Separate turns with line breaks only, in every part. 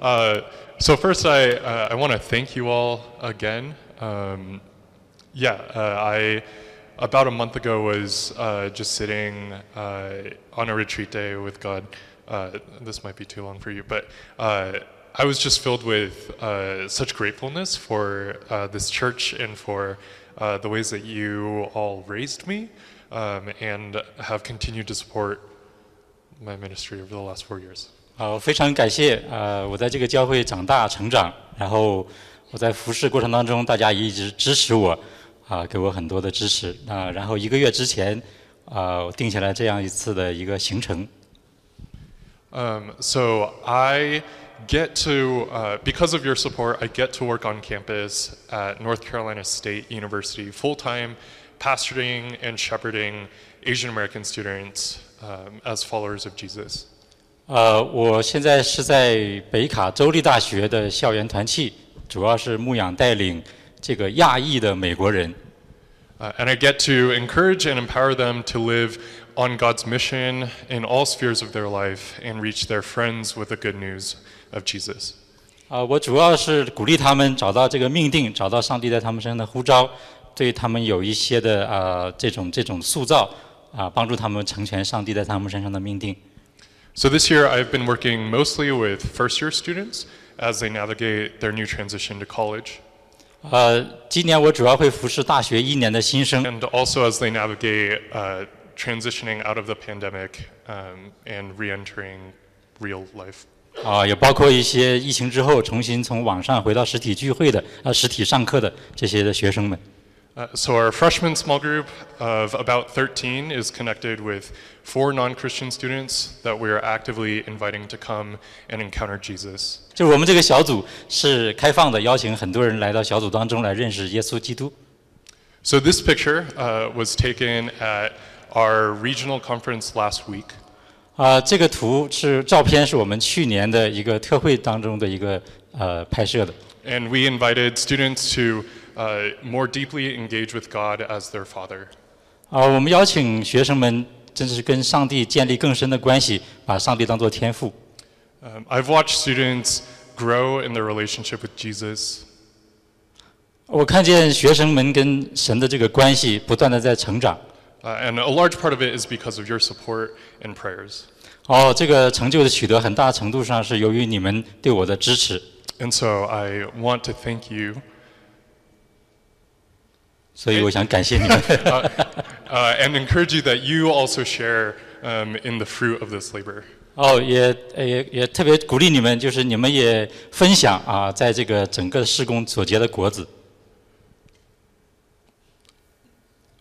Uh, so first, I uh, I want to thank you all again. Um, yeah, uh, I about a month ago was uh, just sitting uh, on a retreat day with God. Uh, this might be too long for you, but uh, I was just filled with uh, such gratefulness for uh, this church and for uh, the ways that you all raised me um, and have continued to support my ministry over the last four years.
呃，非常感谢呃，我在这个教会长大成长，然后我在服侍过程当中，大家也一直支持我，啊、给我很多的支持啊、然后一个月之前，啊、我定下来这样一次的一个行程，
Um, so I get to, uh, because of your support, I get to work on campus at North Carolina State University full time, pastoring and shepherding Asian American students um, as followers of Jesus.
呃，我现在是在北卡州立大学的校园团契，主要是牧养带领这个亚裔的美国人，
Uh, and I get to encourage and empower them to live on God's mission in all spheres of their life and reach their friends with the good news of Jesus.
啊，我主要是鼓励他们找到这个命定，找到上帝在他们身上的呼召，对他们有一些的啊、呃这种这种塑造啊、帮助他们成全上帝在他们身上的命定。
So this year, I've been working mostly with first year students as they navigate their new transition to college
呃，今年我主要会服侍大学一年的新生，
and also as they navigate uh, transitioning out of the pandemic um, and re entering real life.
啊、也包括一些疫情之后重新从网上回到实体聚会的啊、实体上课的这些的学生们。
Uh, so our freshman small group of about 13 is connected with four non-Christian students that we are actively inviting to come and encounter Jesus.
就是我们这个小组是开放的，邀请很多人来到小组当中来认识耶稣基督。
So this picture uh, was taken at our regional conference last week.
啊、这个图是照片，是我们去年的一个特会当中的一个呃拍摄的。
And we invited students to uh, more deeply engage with God as their Father.
啊、我们邀请学生们，真是跟上帝建立更深的关系，把上帝当作天赋。
Um, I've watched students grow in their relationship with Jesus.
我看见学生们跟神的这个关系不断的在成长。
Uh, and a large part of it is because of your support and prayers.
哦，这个成就的取得，很大程度上是由于你们对我的支持，
And so I want to thank you.
所以我想感谢你们。
uh, uh, and encourage you that you also share um, in the fruit of this labor.
哦，也呃也也特别鼓励你们，就是你们也分享啊，在这个整个施工所结的果子。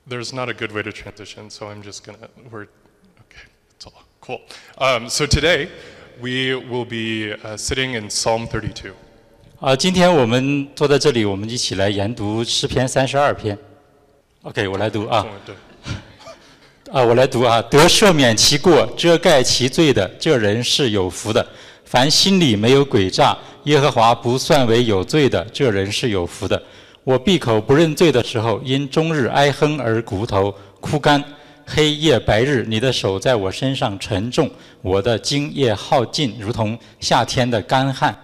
There's not a good way to transition, so I'm just gonna. We're okay. It's all cool. Um, so today we will be uh, sitting in Psalm 32.
啊，今天我们坐在这里，我们一起来研读诗篇三十二篇。OK，我来读啊啊，我来读啊，得赦免其过、遮盖其罪的，这人是有福的；凡心里没有诡诈，耶和华不算为有罪的，这人是有福的。我闭口不认罪的时候，因终日哀哼而骨头枯干。黑夜白日，你的手在我身上沉重，我的精液耗尽，如同夏天的干旱。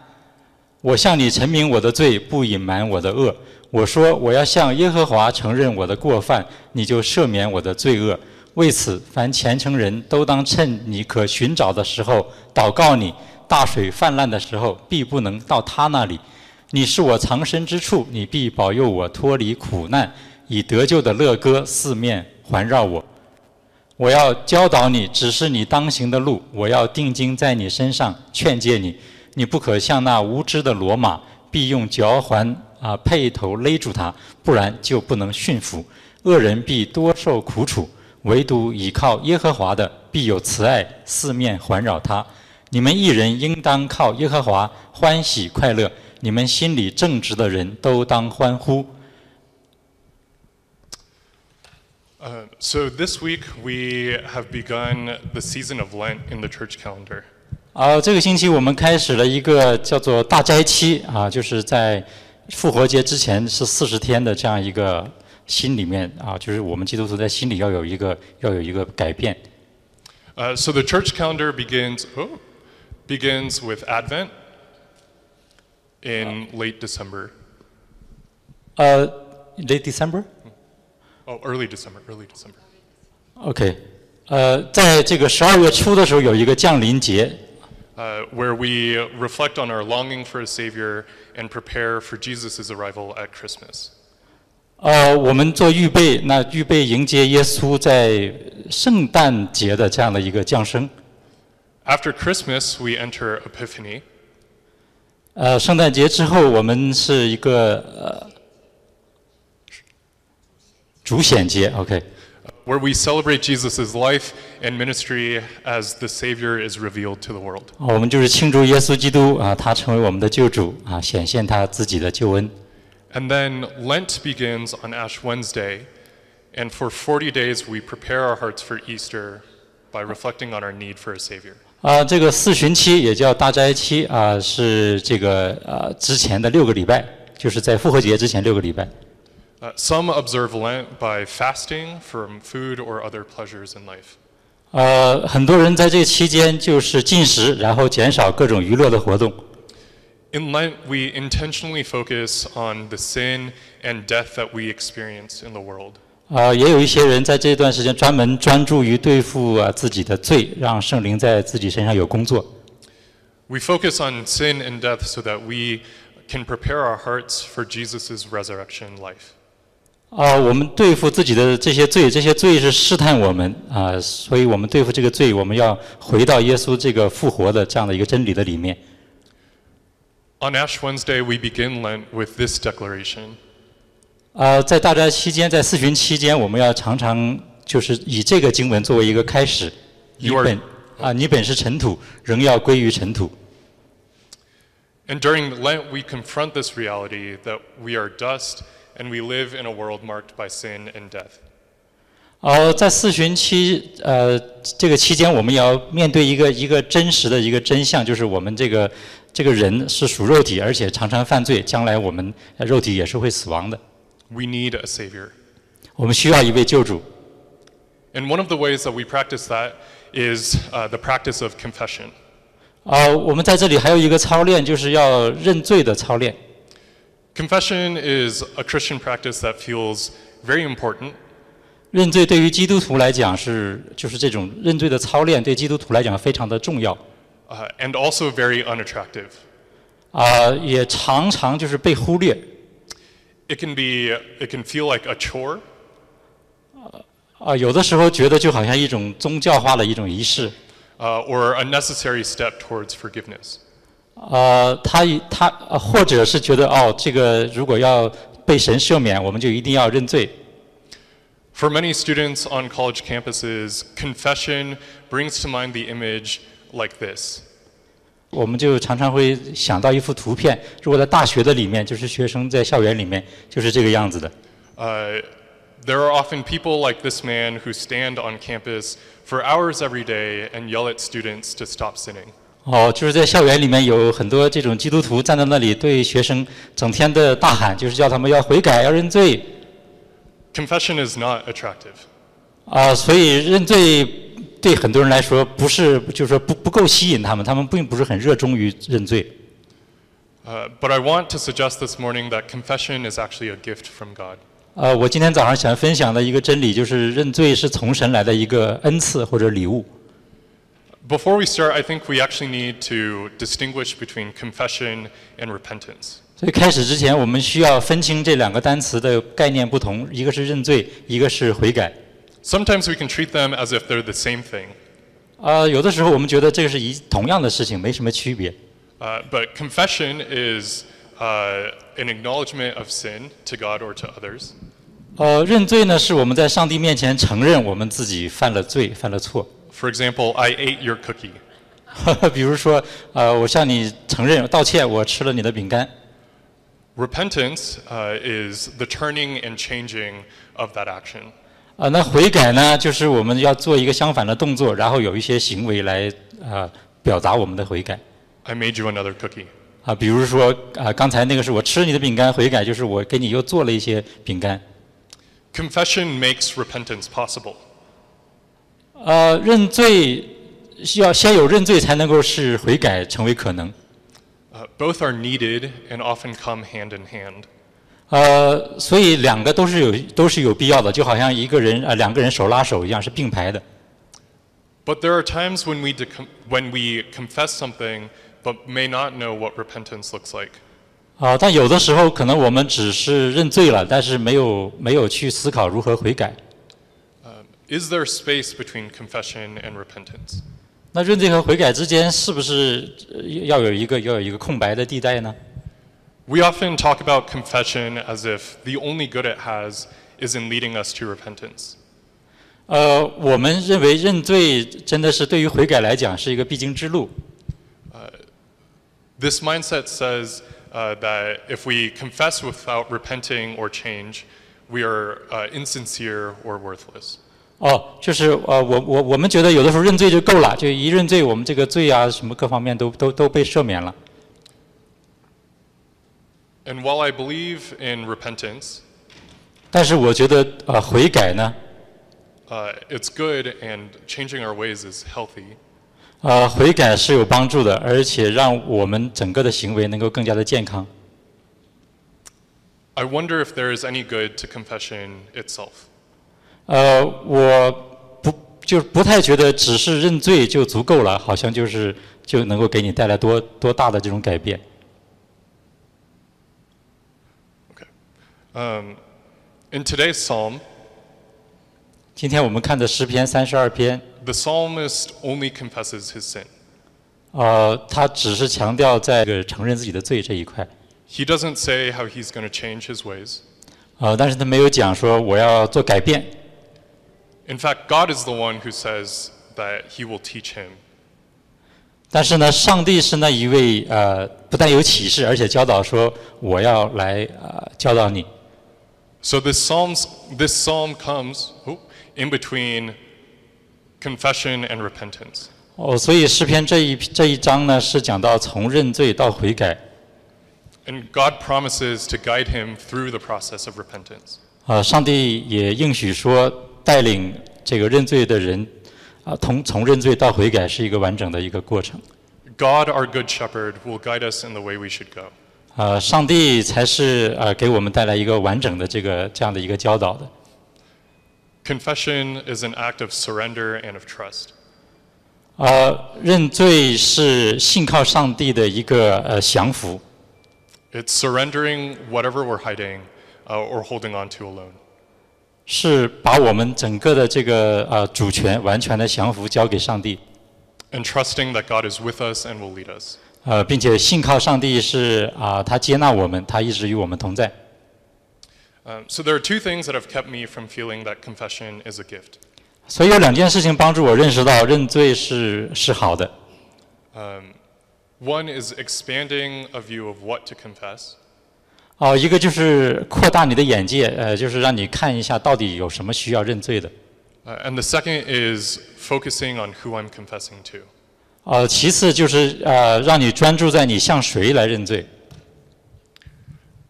我向你陈明我的罪，不隐瞒我的恶。我说我要向耶和华承认我的过犯，你就赦免我的罪恶。为此，凡虔诚人都当趁你可寻找的时候祷告你。大水泛滥的时候，必不能到他那里。你是我藏身之处，你必保佑我脱离苦难，以得救的乐歌四面环绕我。我要教导你，指示你当行的路；我要定睛在你身上，劝诫你。你不可像那无知的罗马，必用嚼环啊、配头勒住它，不然就不能驯服。恶人必多受苦楚，唯独倚靠耶和华的，必有慈爱四面环绕他。你们一人应当靠耶和华欢喜快乐，你们心里正直的人都当欢呼。
Uh, so this week we have begun the season of Lent in the church calendar.
啊，这个星期我们开始了一个叫做大斋期啊，就是在复活节之前是四十天的这样一个心里面啊，就是我们基督徒在心里要有一个要有一个改变。
Uh, so the church calendar begins oh, begins with Advent, in late December.
呃、l a t e December。
Oh, early December, early December.
OK，呃，在这个十二月初的时候有一个降临节，
Uh, where we reflect on our longing for a Savior and prepare for Jesus' arrival at Christmas.
呃，我们做预备，那预备迎接耶稣在圣诞节的这样的一个降生。
After Christmas, we enter Epiphany.
呃，圣诞节之后，我们是一个呃主显节，OK。
where we celebrate Jesus' life and ministry as the Savior is revealed to the world.
啊我们就是庆祝耶稣基督啊，他成为我们的救主啊，显现他自己的救恩。
And then Lent begins on Ash Wednesday, and for 40 days we prepare our hearts for Easter by reflecting on our need for a Savior.
啊，这个四旬期也叫大斋期啊，是这个啊之前的六个礼拜，就是在复活节之前六个礼拜。
Uh, some observe Lent by fasting from food or other pleasures in life.
呃，很多人在这期间就是进食，然后减少各种娱乐的活动。
In Lent, we intentionally focus on the sin and death that we experience in the world.
啊，也有一些人在这段时间专门专注于对付啊自己的罪，让圣灵在自己身上有工作。
We focus on sin and death so that we can prepare our hearts for Jesus' resurrection life.
啊、我们对付自己的这些罪，这些罪是试探我们啊、所以我们对付这个罪，我们要回到耶稣这个复活的这样的一个真理的里面。
On Ash Wednesday, we begin Lent with this declaration
啊，在大斋期间，在四旬期间，我们要常常就是以这个经文作为一个开始。你
You are-
本啊，你本是尘土，仍要归于尘土。
And during Lent, we confront this reality that we are dust and we live in a world marked by sin and death.
呃，在四旬期呃这个期间，我们也要面对一个一个真实的一个真相，就是我们这个这个人是属肉体，而且常常犯罪，将来我们呃肉体也是会死亡的。
We need a Savior.
我们需要一位救主。
And one of the ways that we practice that is uh, the practice of confession.
啊，我们在这里还有一个操练，就是要认罪的操练。
Confession is a Christian practice that feels very important
认罪对于基督徒来讲是，就是这种认罪的操练对基督徒来讲非常的重要
uh, and also very unattractive.
啊、也常常就是被忽略。
It can be, it can feel like a chore,
啊、有的时候觉得就好像一种宗教化的一种仪式，
uh, or a necessary step towards forgiveness.
呃，他以他、呃或者是觉得哦，这个如果要被神赦免，我们就一定要认罪。
For many students on college campuses, confession brings to mind the image like this
我们就常常会想到一幅图片，如果在大学的里面，就是学生在校园里面就是这个样子的。
Uh, there are often people like this man who stand on campus for hours every day and yell at students to stop sinning.
哦，就是在校园里面有很多这种基督徒站在那里对学生整天的大喊，就是叫他们要悔改、要认罪
Confession is not attractive.
啊、所以认罪对很多人来说不是，就是说不不够吸引他们，他们并不是很热衷于认罪。
Uh, but I want to suggest this morning that confession is actually a gift from God.
呃，我今天早上想分享的一个真理就是认罪是从神来的一个恩赐或者礼物。
Before we start, I think we actually need to distinguish between confession and repentance.
所以开始之前，我们需要分清这两个单词的概念不同，一个是认罪，一个是悔改。
Sometimes we can treat them as if they're the same thing,
呃，有的时候我们觉得这个是一同样的事情，没什么区别。
uh, but confession is uh, an acknowledgement of sin to God or to others.
呃，认罪呢，是我们在上帝面前承认我们自己犯了罪、犯了错。
For example, I ate your cookie,
比如说，呃，我向你承认道歉，我吃了你的饼干。
Repentance uh, is the turning and changing of that action.
啊、那悔改呢，就是我们要做一个相反的动作，然后有一些行为来啊、呃表达我们的悔改。
I made you another cookie.
啊，比如说啊，刚才那个是我吃你的饼干悔改，就是我给你又做了一些饼干。
Confession makes repentance possible.
呃，认罪需要先有认罪才能够是悔改成为可能。
Uh, Uh, both are needed and often come hand in hand.
呃，所以两个都是有都是有必要的，就好像一个人呃两个人手拉手一样是并排的。
But there are times when we, decom- when we confess something but may not know what repentance looks like.
啊，但有的时候可能我们只是认罪了，但是没有没有去思考如何悔改。
Is there space between confession and repentance?
那认罪和悔改之间是不是呃要有一个要有一个空白的地带呢？
We often talk about confession as if the only good it has is in leading us to repentance.
呃，我们认为认罪真的是对于悔改来讲是一个必经之路。
This mindset says uh, that if we confess without repenting or change, we are uh, insincere or worthless.
哦，就是呃，我我我们觉得有的时候认罪就够了，就一认罪，我们这个罪啊什么各方面都都都被赦免了。
And while I believe in repentance,
但是我觉得呃悔改呢，
uh, it's good and changing our ways is healthy,
呃悔改是有帮助的，而且让我们整个的行为能够更加的健康。
I wonder if there is any good to confession itself.
呃，我不就不太觉得只是认罪就足够了，好像就是就能够给你带来多多大的这种改变。
Okay. Um, in today's psalm,
今天我们看的诗篇三十二篇，
the psalmist only confesses his sin.
呃，他只是强调在这个承认自己的罪这一块。
He doesn't say how he's going to change his ways.
呃，但是他没有讲说我要做改变。
In fact, God is the one who says that he will teach him.
但是呢，上帝是那一位呃，不但有启示，而且教导说我要来呃教导你。
So this psalms this psalm comes oh, in between confession and repentance.
哦，所以诗篇这一这一章呢，是讲到从认罪到悔改。
And God promises to guide him through the process of repentance.
啊，上帝也应许说，带领这个认罪的人，啊、从从认罪到悔改是一个完整的一个过程。
God, our good shepherd, will guide us in the way we should go.
啊，上帝才是呃给我们带来一个完整的这个这样的一个教导的。
Confession is an act of surrender and of trust.
呃，认罪是信靠上帝的一个呃降服，
It's surrendering whatever we're hiding uh, or holding on to alone.
是把我们整个的这个呃主权完全的降服交给上帝，
and trusting that God is with us and will lead us.
呃，并且信靠上帝是啊、他接纳我们，他一直与我们同在。
Um, so there are two things that have kept me from feeling that confession is a gift.
所以有两件事情帮助我认识到认罪是是好的。
One is expanding a view of what to confess,
哦、一个就是扩大你的眼界，呃，就是让你看一下到底有什么需要认罪的。
uh, and the second is focusing on who I'm confessing to.
呃，其次就是呃，让你专注在你向谁来认罪。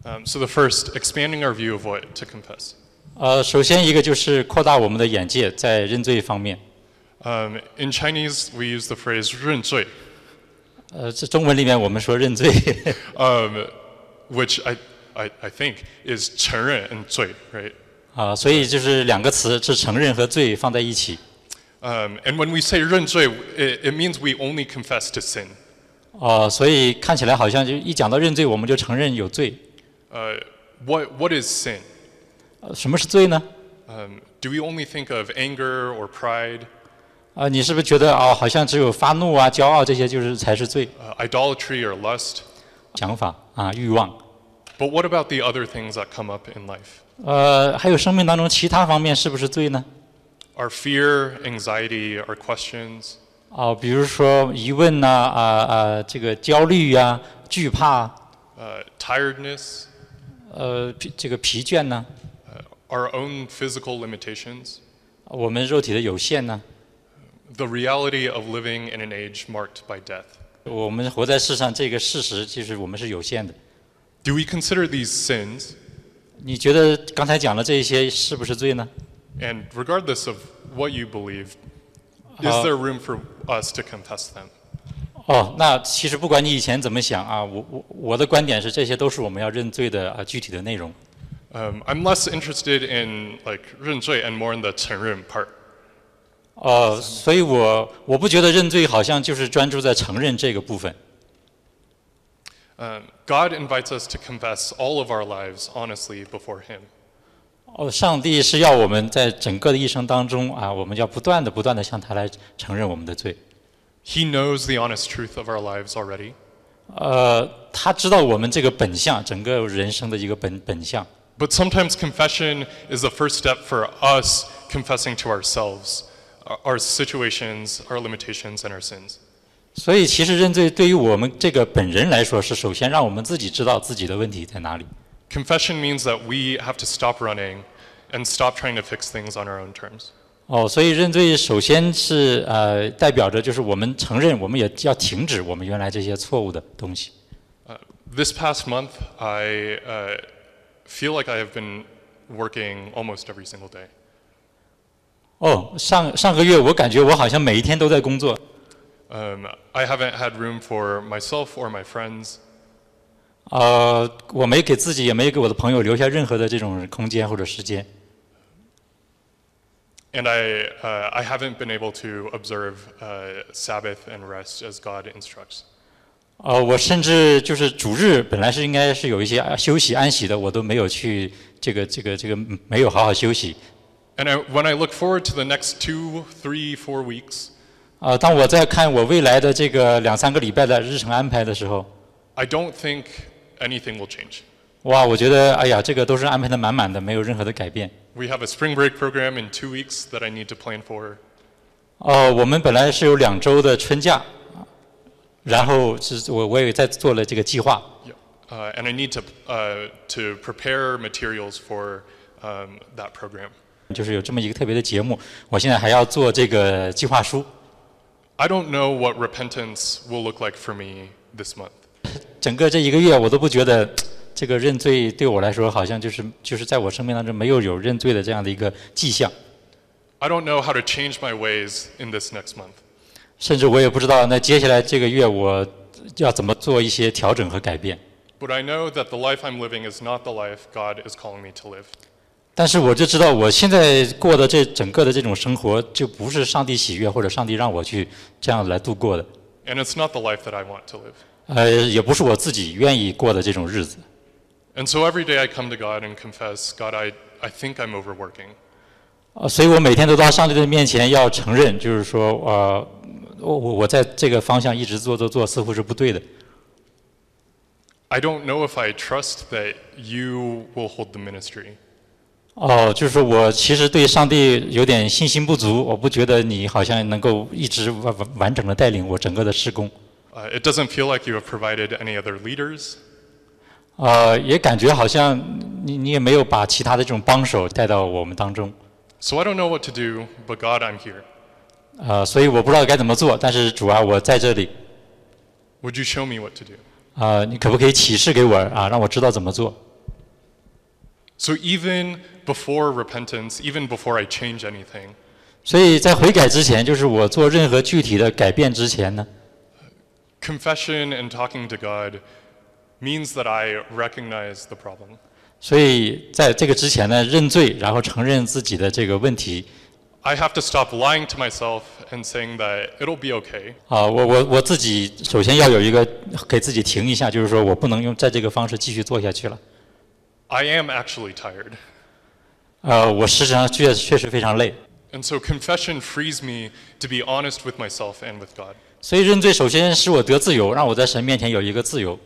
Um, so the first, expanding our view of what to confess.
呃，首先一个就是扩大我们的眼界，在认罪方面。
Um, in Chinese, we use the phrase 认罪,
呃，这中文里面我们说认罪，
um, which I, I, I think is 承认 and 罪, right?
啊、所以就是两个词是承认和罪放在一起。
Um, and when we say 认罪, it, it means we only confess to sin.
哦，所以看起来好像就一讲到认罪，我们就承认有罪。
Uh, what, what is sin?
呃什么是罪呢？
Um, do we only think of anger or pride,
啊、你是不是觉得啊、好像只有发怒啊、骄傲这些就是才是罪
uh, idolatry or lust?
想法啊、欲望？
But what about the other things that come up in life?
呃，还有生命当中其他方面是不是罪呢？
Our fear, anxiety, our questions.
哦、比如说疑问呐、啊，啊、这个焦虑呀、惧怕，
Uh, tiredness,
呃，疲这个疲倦呐、
our own physical limitations,
我们肉体的有限呢、
the reality of living in an age marked by death.
我们活在世上这个事实，就是我们是有限的。
Do we consider these sins?
你觉得刚才讲的这些是不是罪呢？
And regardless of what you believe,
Uh,
is there room for us to confess them?
啊、哦，那其实不管你以前怎么想啊，我我我的观点是，这些都是我们要认罪的啊具体的内容。
Um, I'm less interested in like 认罪 and more in the 承认 part.
呃，所以我我不觉得认罪好像就是专注在承认这个部分。
Um, God invites us to confess all of our lives honestly before Him.
哦，上帝是要我们在整个的一生当中啊，我们要不断的、不断的向他来承认我们的罪。
He knows the honest truth of our lives already.
呃，他知道我们这个本相，整个人生的一个本本相。
But sometimes confession is the first step for us confessing to ourselves our- our situations, our limitations, and our sins.
所以，其实认罪对于我们这个本人来说，是首先让我们自己知道自己的问题在哪里。
Confession means that we have to stop running and stop trying to fix things on our own terms.
哦，所以认罪首先是呃，代表着就是我们承认，我们也要停止我们原来这些错误的东西。
Uh, this past month, I uh, feel like I have been working almost every single day.
哦，上上个月我感觉我好像每一天都在工作
Um, I haven't had room for myself or my friends.
呃，我没给自己也没给我的朋友留下任何的这种空间或者时间，
And I, uh, I haven't been able to observe uh, Sabbath and rest as God instructs.
呃，我甚至就是主日本来是应该是有一些啊休息安息的，我都没有去这个这个这个嗯没有好好休息。
And I, when I look forward to the next two, three, four weeks,
呃，当我在看我未来的这个两三个礼拜的日程安排的时候，
I don't think anything will change.
哇，我觉得哎呀，这个都是安排的满满的，没有任何的改变。
We have a spring break program in two weeks that I need to plan for.
哦，我们本来是有两周的春假，然后是我我也在做了这个计划。
Yeah. Uh, and I need to, uh, to prepare materials for um, that program.
就是有这么一个特别的节目，我现在还要做这个计划书。
I don't know what repentance will look like for me this month.
整个这一个月，我都不觉得这个认罪对我来说，好像就是就是在我生命当中没有有认罪的这样的一个迹象，
I don't know how to change my ways in this next month.
甚至我也不知道那接下来这个月我要怎么做一些调整和改变。
But I know that the life I'm living is not the life God is calling me to live.
但是我就知道，我现在过的这整个的这种生活，就不是上帝喜悦或者上帝让我去这样来度过的，
And it's not the life that I want to live.
呃，也不是我自己愿意过的这种日子。
And so every day I come to God and confess, God, I, I think I'm overworking.
啊，所以我每天都到上帝的面前要承认，就是说，呃，我我我在这个方向一直做做做，似乎是不对的。
I don't know if I trust that you will hold the ministry.
哦，就是说我其实对上帝有点信心不足，我不觉得你好像能够一直完完完整的带领我整个的施工。
Uh, it doesn't feel like you have provided any other leaders.
呃，也感觉好像你你也没有把其他的这种帮手带到我们当中，
So I don't know what to do, but God, I'm here.
呃，所以我不知道该怎么做。但是主啊，我在这里，
Would you show me what to do?
啊，你可不可以启示给我啊，让我知道怎么做？
So even before repentance, even before I change anything,
所以在悔改之前，就是我做任何具体的改变之前呢，
confession and talking to God means that I recognize the problem.
所以在这个之前呢，认罪，然后承认自己的这个问题，
I have to stop lying to myself and saying that it'll be okay.
啊，我我我自己首先要有一个给自己停一下，就是说我不能用在这个方式继续做下去了。
I am actually tired.
呃，我事实上确确实非常累，
And so confession frees me to be honest with myself and with God.
所以认罪首先使我得自由，让我在神面前有一个自由。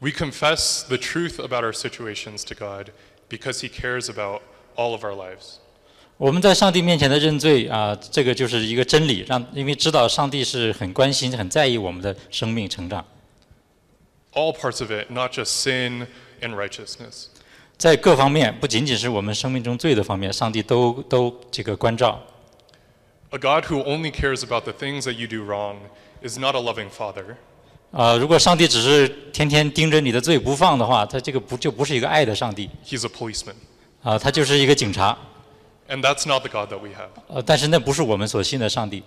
We confess the truth about our situations to God because He cares about all of our lives.
我们在上帝面前的认罪啊、这个就是一个真理，让因为知道上帝是很关心、很在意我们的生命成长，
All parts of it, not just sin and righteousness.
在各方面，不仅仅是我们生命中罪的方面，上帝都都这个关照。
A God who only cares about the things that you do wrong is not a loving father.
啊、如果上帝只是天天盯着你的罪不放的话，他这个不就不是一个爱的上帝
He's a policeman.
啊、他就是一个警察。啊
And that's not the God that we have.
呃，但是那不是我们所信的上帝。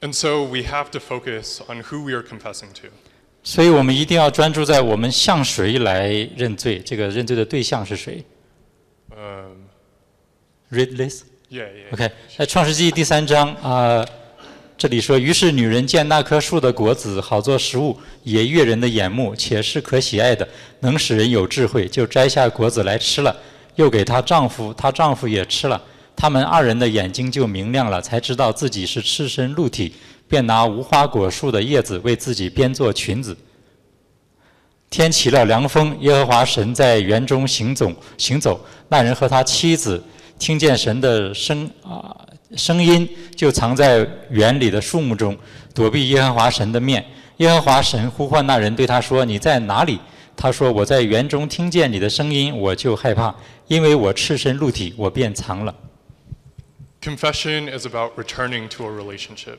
And so we have to focus on who we are confessing to.
所以我们一定要专注在我们向谁来认罪，这个认罪的对象是谁
Um,
？Read this.
yeah, yeah.
OK，在创世纪第三章啊、呃这里说，于是女人见那棵树的果子好做食物，也悦人的眼目，且是可喜爱的，能使人有智慧，就摘下果子来吃了，又给她丈夫，她丈夫也吃了。他们二人的眼睛就明亮了，才知道自己是赤身露体，便拿无花果树的叶子为自己编做裙子。天起了凉风，耶和华神在园中行走，行走。那人和他妻子听见神的声啊、声音，就藏在园里的树木中，躲避耶和华神的面。耶和华神呼唤那人，对他说：“你在哪里？”他说：“我在园中听见你的声音，我就害怕，因为我赤身露体，我便藏了。
Confession is about returning to a relationship. ”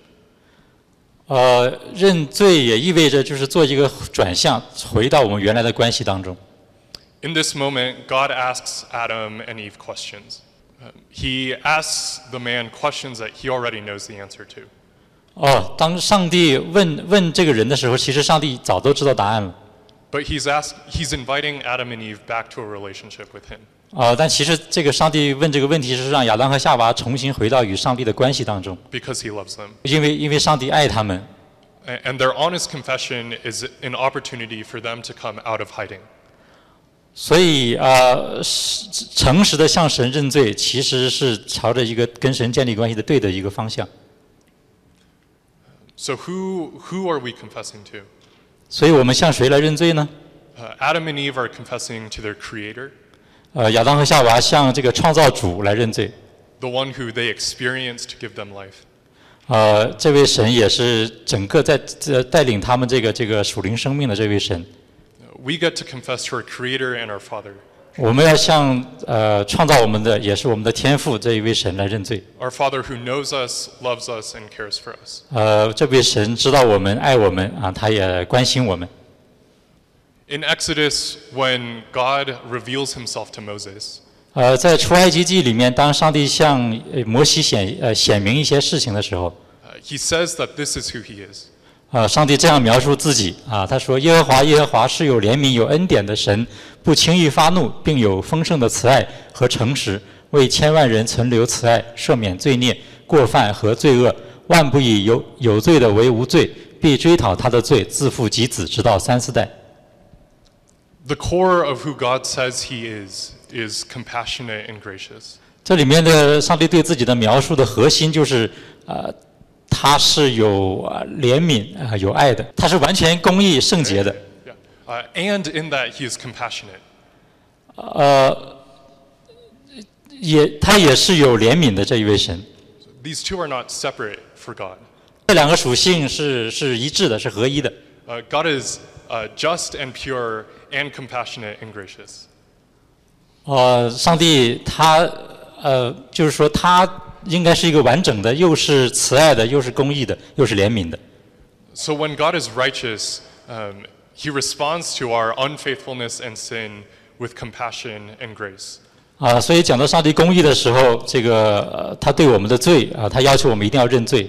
呃，认罪也意味着就是做一个转向，回到我们原来的关系当中。
In this moment, God asks Adam and Eve questions. Um, he asks the man questions that he already knows the answer to.
哦，当上帝问问这个人的时候，其实上帝早都知道答案了
But he's, ask, he's inviting Adam and Eve back to a relationship with him.
啊、但其实这个上帝问这个问题是让亚当和夏娃重新回到与上帝的关系当中，
because he loves them.
因为因为上帝爱他们，
A- And their honest confession is an opportunity for them to come out of hiding.
所以呃，是诚实的向神认罪，其实是朝着一个跟神建立关系的对的一个方向。
So who who are we confessing to?
所以我们向谁来认罪呢？
Uh, Adam and Eve are confessing to their creator,
呃，亚当和夏娃向这个创造主来认罪。
the one who they experienced to give them life.
呃，这位神也是整个在在带领他们这个这个属灵生命的这位神。
We get to confess to our creator and our father.
我们要向呃创造我们的，也是我们的天赋这一位神来认罪。
Our father who knows us, loves us and cares for us.
呃，这位神知道我们，爱我们啊，他也关心我们。
In Exodus when God reveals himself to Moses,
呃，在出埃及记里面，当上帝向呃摩西显呃显明一些事情的时候，
uh, he says that this is who he is.
呃，上帝这样描述自己啊，他说：“耶和华，耶和华是有怜悯、有恩典的神，不轻易发怒，并有丰盛的慈爱和诚实，为千万人存留慈爱，赦免罪孽、过犯和罪恶，万不以有有罪的为无罪，必追讨他的罪，自负及子，直到三四代。
The core of who God says he is is compassionate and gracious. ”
这里面的上帝对自己的描述的核心就是，呃，他是有呃怜悯啊、有爱的，他是完全公义、圣洁的。
Yeah. Uh, and in that, he is compassionate.
呃，也他也是有怜悯的这一位神，
These two are not separate for God.
这两个属性是是一致的，是合一的。
Uh, God is uh, just and pure and compassionate and gracious.
呃，上帝他呃，就是说他应该是一个完整的，又是慈爱的，又是公义的，又是怜悯的。
So when God is righteous, um, he responds to our unfaithfulness and sin with compassion and grace.
啊、所以讲到上帝公义的时候，这个、呃、他对我们的罪啊、他要求我们一定要认罪，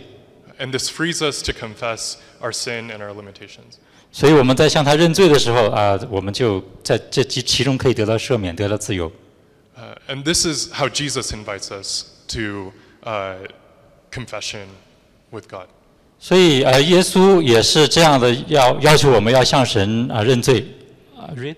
And this frees us to confess our sin and our limitations.
所以我们在向他认罪的时候啊、我们就在这其其中可以得到赦免，得到自由。
Uh, and this is how Jesus invites us to uh, confession with God.
所以呃，耶稣也是这样的要要求我们要向神啊、认罪啊、read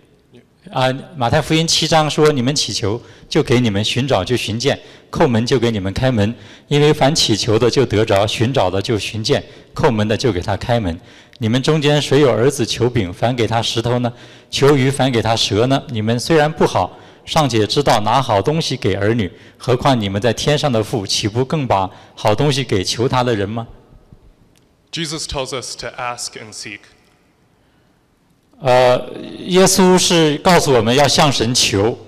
啊、马太福音七章说：“你们祈求，就给你们寻找，就寻见；叩门，就给你们开门。因为凡祈求的就得着，寻找的就寻见，叩门的就给他开门。你们中间谁有儿子求饼，反给他石头呢？求鱼，反给他蛇呢？你们虽然不好，尚且知道拿好东西给儿女，何况你们在天上的父，岂不更把好东西给求他的人吗？”
Jesus tells us to ask and seek.
呃，耶稣是告诉我们要向神求，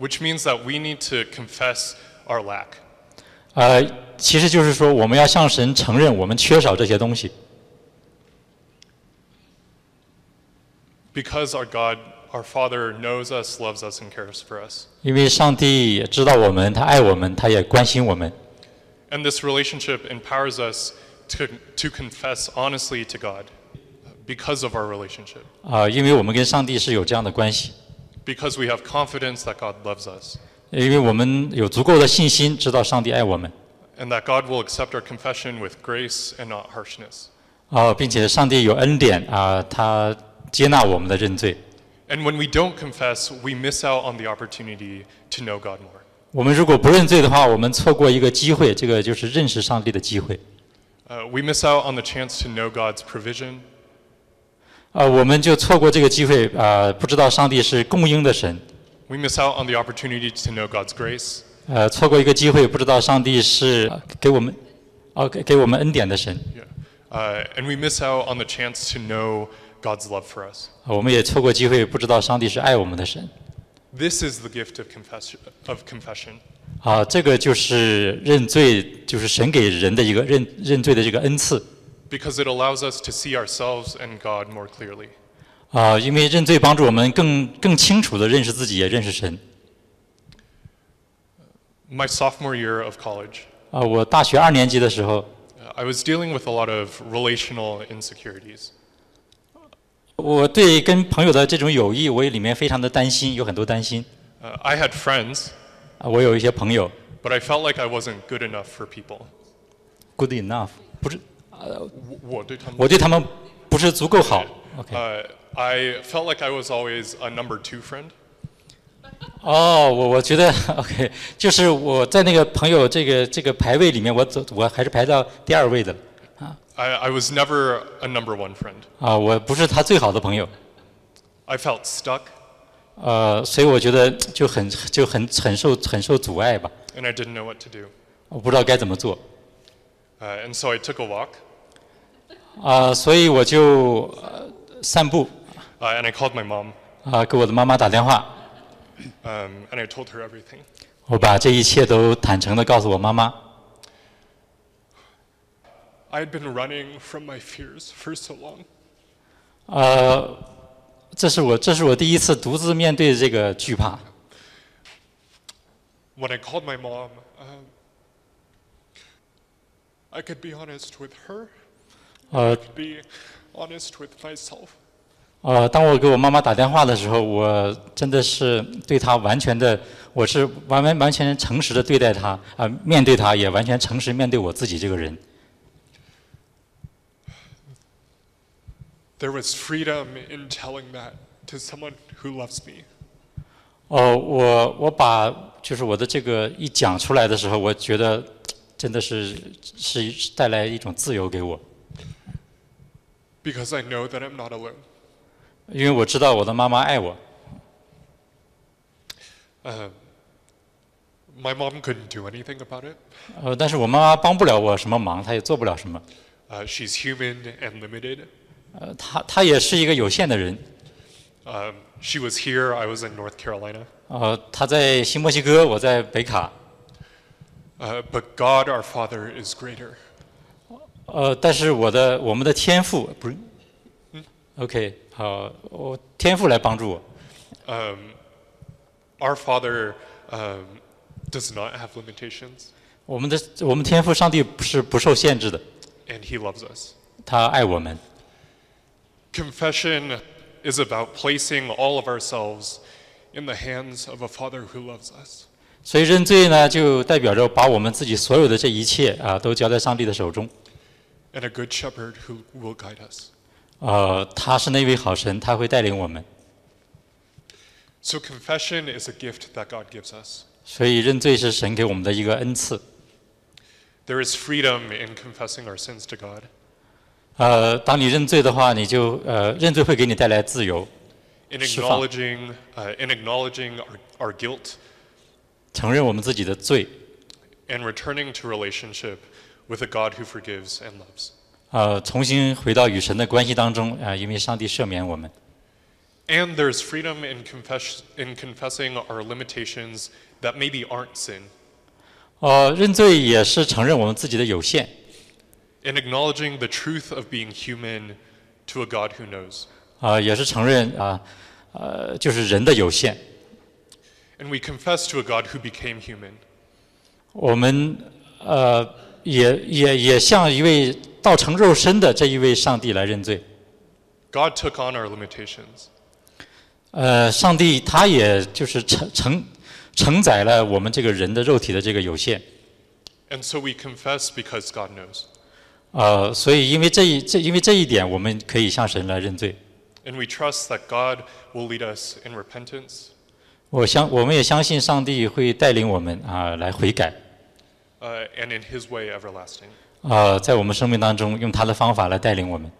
which means that we need to confess our lack.
呃，其实就是说我们要向神承认我们缺少这些东西，
Because our God, our Father, knows us, loves us, and cares for us.
因为上帝知道我们，他爱我们，他也关心我们。
And this relationship empowers us to, to confess honestly to God because of our relationship,
啊，因为我们跟上帝是有这样的关系，
because we have confidence that God loves us,
因为我们有足够的信心，知道上帝爱我们，
and that God will accept our confession with grace and not harshness.
啊，并且上帝有恩典啊，他接纳我们的认罪。
And when we don't confess, we miss out on the opportunity to know God more.
我们如果不认罪的话，我们错过一个机会，这个就是认识上帝的机会。
Uh, we miss out on the chance to know God's provision.
啊，我们就错过这个机会啊，不知道上帝是供应的神，
We miss out on the opportunity to know God's grace.
呃，错过一个机会，不知道上帝是啊给我们，哦，给给我们恩典的神。
Yeah. Uh, and we miss out on the chance to know God's love for us.
啊我们也错过机会，不知道上帝是爱我们的神。
This is the gift of confession. Of confession.
啊，这个就是认罪，就是神给人的一个认认罪的这个恩赐
because it allows us to see ourselves and God more clearly.
啊，因为认罪帮助我们更更清楚地认识自己，也认识神。
My sophomore year of college,
啊，我大学二年级的时候，
uh, I was dealing with a lot of relational insecurities.
我对跟朋友的这种友谊，我也里面非常的担心，有很多担心。
Uh, I had friends,
啊，我有一些朋友
but I felt like I wasn't good enough for people.
good enough，不是，
W- what did
我对他们不是足够好。OK，
uh, I felt like I was always a number two friend.
哦，我我觉得 OK，就是我在那个朋友这个这个排位里面，我走我还是排到第二位的
I, I was never a number one friend.
啊，我不是他最好的朋友。
I felt stuck,
呃，所以我觉得就很就很很受很受阻碍吧，
and I didn't know what to do.
我不知道该怎么做
Uh, and so I took a walk,
啊、所以我就、呃、散步
uh, and I called my mom,
啊、给我的妈妈打电话，
um, and I told her everything.
我把这一切都坦诚的告诉我妈妈。
I had been running from my fears for so long.
呃，这是我这是我第一次独自面对这个惧怕。
When I called my mom, um, I could be honest with her,
呃
be honest with myself.
呃，当我给我妈妈打电话的时候，我真的是对她完全的，我是完完完全诚实的对待她啊、面对她也完全诚实面对我自己这个人。
There was freedom in telling that to someone who loves me.
哦，我我把就是我的这个一讲出来的时候，我觉得真的是是是带来一种自由给我，
because I know that I'm not alone.
因为我知道我的妈妈爱我。
Um, my mom couldn't do anything about it.
呃，但是我妈妈帮不了我什么忙，她也做不了什么。
Uh, she's human and limited.
呃，她她也是一个有限的人。
Um, she was here, I was in North Carolina.
呃，她在新墨西哥，我在北卡。
Uh, but God our Father is greater.
呃，但是我的我们的天赋不是，OK，好，我天赋来帮助我。
Um, our Father um, does not have limitations,
我们的我们天赋，上帝是不受限制的，
and He loves us.
他爱我们。
Confession is about placing all of ourselves in the hands of a Father who loves us.
所以认罪呢，就代表着把我们自己所有的这一切啊，都交在上帝的手中。
And a good shepherd who will guide us.
呃，他是那位好神，他会带领我们。
So, confession is a gift that God gives us.
所以认罪是神给我们的一个恩赐。
There is freedom in confessing our sins to God.
呃，当你认罪的话，你就呃，认罪会给你带来自由。
In
Shufang.
acknowledging, uh, in acknowledging our, our guilt
承认我们自己的罪，
and returning to relationship with a God who forgives and loves.
呃，重新回到与神的关系当中啊、因为上帝赦免我们。
And there's freedom in, confess- in confessing our limitations that maybe aren't sin.
呃，认罪也是承认我们自己的有限，
In acknowledging the truth of being human to a God who knows.
啊、也是承认啊、呃，就是人的有限。
And we confess to a God who became human.
我们呃也也也向一位道成肉身的这一位上帝来认罪。
God took on our limitations.
呃，上帝他也就是承承承载了我们这个人的肉体的这个有限。
And so we confess because God knows.
呃，所以因为这一这因为这一点，我们可以向神来认罪。
And we trust that God will lead us in repentance.
我相我们也相信上帝会带领我们啊、来悔改
uh, and in his way everlasting.
啊、在我们生命当中用他的方法来带领我们。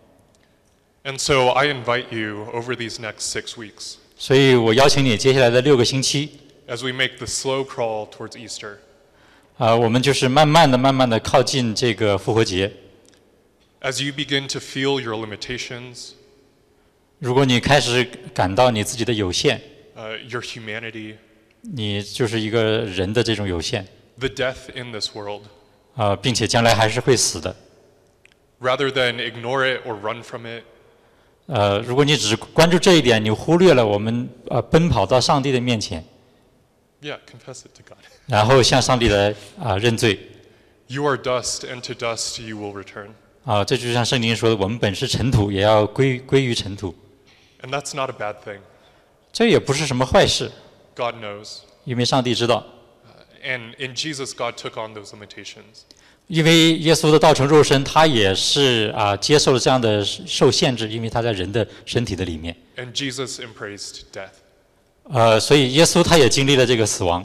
And so I invite you over these next six weeks
所以我邀请你接下来的六个星期
as we make the slow crawl towards Easter,
啊、我们就是慢慢的、慢慢的靠近这个复活节。
as you begin to feel your limitations,
如果你开始感到你自己的有限，
uh, your humanity,
你就是一个人的这种有限
the death in this world,
啊、并且将来还是会死的。
rather than ignore it or run from it,
呃，如果你只关注这一点，你忽略了我们呃奔跑到上帝的面前，
yeah, confess it to God.
然后向上帝来啊、认罪
You are dust, and to dust you will return.
啊、这就像圣经说的，我们本是尘土，也要归归于尘土。
And that's not a bad thing.
这也不是什么坏事，
God knows.
因为上帝知道，
And in Jesus, God took on those limitations.
因为耶稣的道成肉身，他也是啊、接受了这样的受限制，因为他在人的身体的里面，
And Jesus embraced death.
呃，所以耶稣他也经历了这个死亡，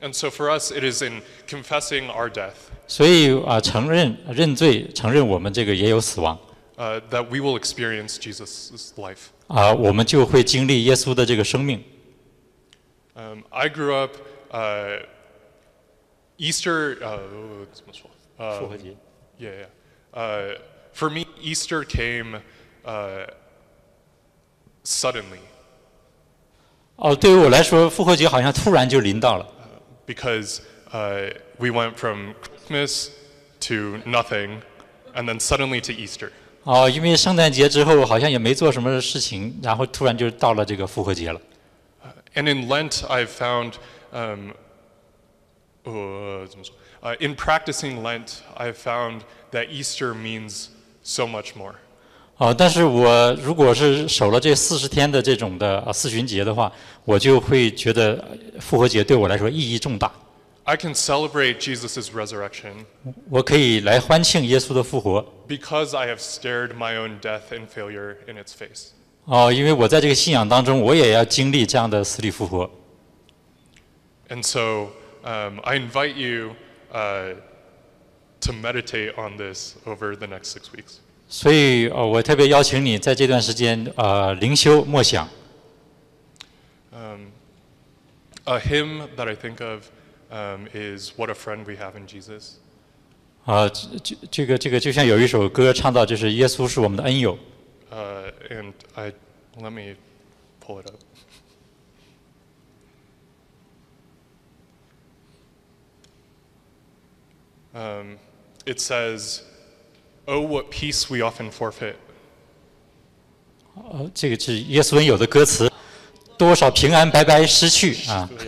And so for us, it is in confessing our death
所以啊、承认认罪，承认我们这个也有死亡
uh, that we will experience Jesus' life.
啊、我们就会经历耶稣的这个生命。
Um, I grew up, uh, Easter, uh, oh, it's much- uh,
复活节
yeah, yeah. Uh, for me, Easter came uh, suddenly
哦，对于我来说，复活节好像突然就临到了。
because uh, we went from Christmas to nothing and then suddenly to Easter.
哦，因为圣诞节之后好像也没做什么事情，然后突然就到了这个复活节了。
And in Lent, I've found, um, uh, uh, in practicing Lent, I've found that Easter means so much more.
哦，但是我如果是守了这四十天的这种的呃四旬节的话，我就会觉得呃复活节对我来说意义重大。
I can celebrate Jesus' resurrection
我可以来欢庆耶稣的复活。
because I have stared my own death and failure in its face.
哦，因为我在这个信仰当中，我也要经历这样的死里复活。
And so um, I invite you uh, to meditate on this over the next six weeks.
所以，呃，我特别邀请你在这段时间，呃，灵修默想。
A hymn that I think of um, is What a Friend We Have in Jesus.
啊，这这这个这个，就像有一首歌唱到，就是耶稣是我们的恩友。
Uh, and I let me pull it up. Um, it says, "Oh, what peace we often forfeit!
呃，这个是耶稣恩友的歌词，多少平安白白失去啊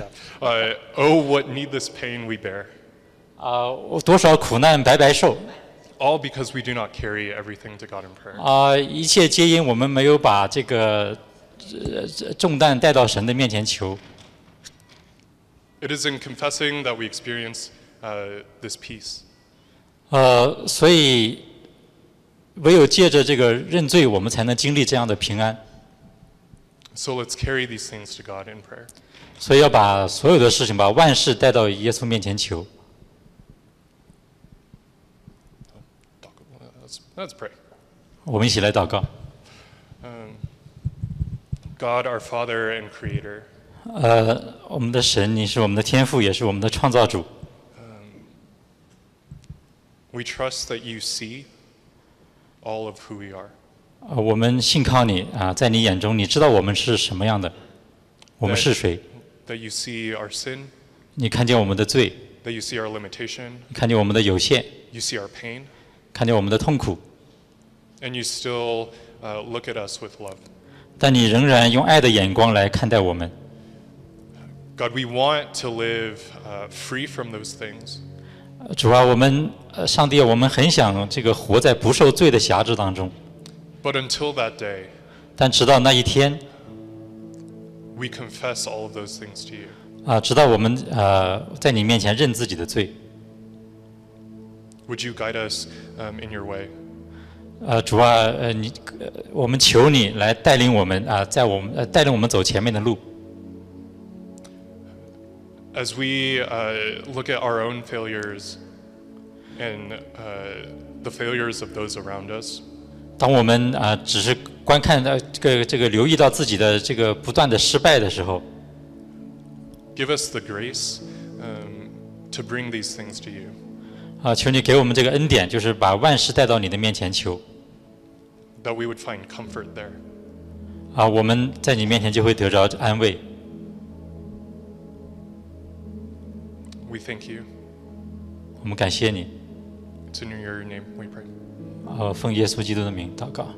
Uh, oh, what needless pain we bear!
啊，我多少苦难白白受
All because we do not carry everything to God in prayer."
啊，一切皆因我们没有把这个呃这重担带到神的面前求。
It is in confessing that we experience uh, this peace.
呃，所以唯有借着这个认罪，我们才能经历这样的平安。
So let's carry these things to God in prayer.
所以要把所有的事情，把万事带到耶稣面前求。
Let's, let's pray.
我们一起来祷告。
Um, God, our Father and Creator,
呃，我们的神，你是我们的天父，也是我们的创造主。
we trust that you see all of who we are,
呃，我们信靠你啊、在你眼中，你知道我们是什么样的，我们
对
是谁，
that you see our sin,
你看见我们的罪，
that you see our limitation,
你看见我们的有限，
you see our pain,
看见我们的痛苦，
and you still uh, look at us with love.
但你仍然用爱的眼光来看待我们。
God, we want to live uh, free from those things,
主啊，我们呃上帝啊，我们很想这个活在不受罪的辖制当中，
But until that day,
但直到那一天
we confess all of those things to you.
啊、直到我们呃在你面前认自己的罪，
Would you guide us um, in your way?
呃，主啊，呃你呃我们求你来带领我们啊、在我们呃带领我们走前面的路。
As we uh, look at our own failures and uh, the failures of those around us,
当我们啊、只是观看呃这个这个留意到自己的这个不断的失败的时候，
give us the grace um, to bring these things to you.
啊、求你给我们这个恩典，就是把万事带到你的面前求，
that we would find comfort there.
啊、我们在你面前就会得着安慰。
We thank you.
我们感谢你，
It's in your name we pray.
呃，奉耶稣基督的名祷告。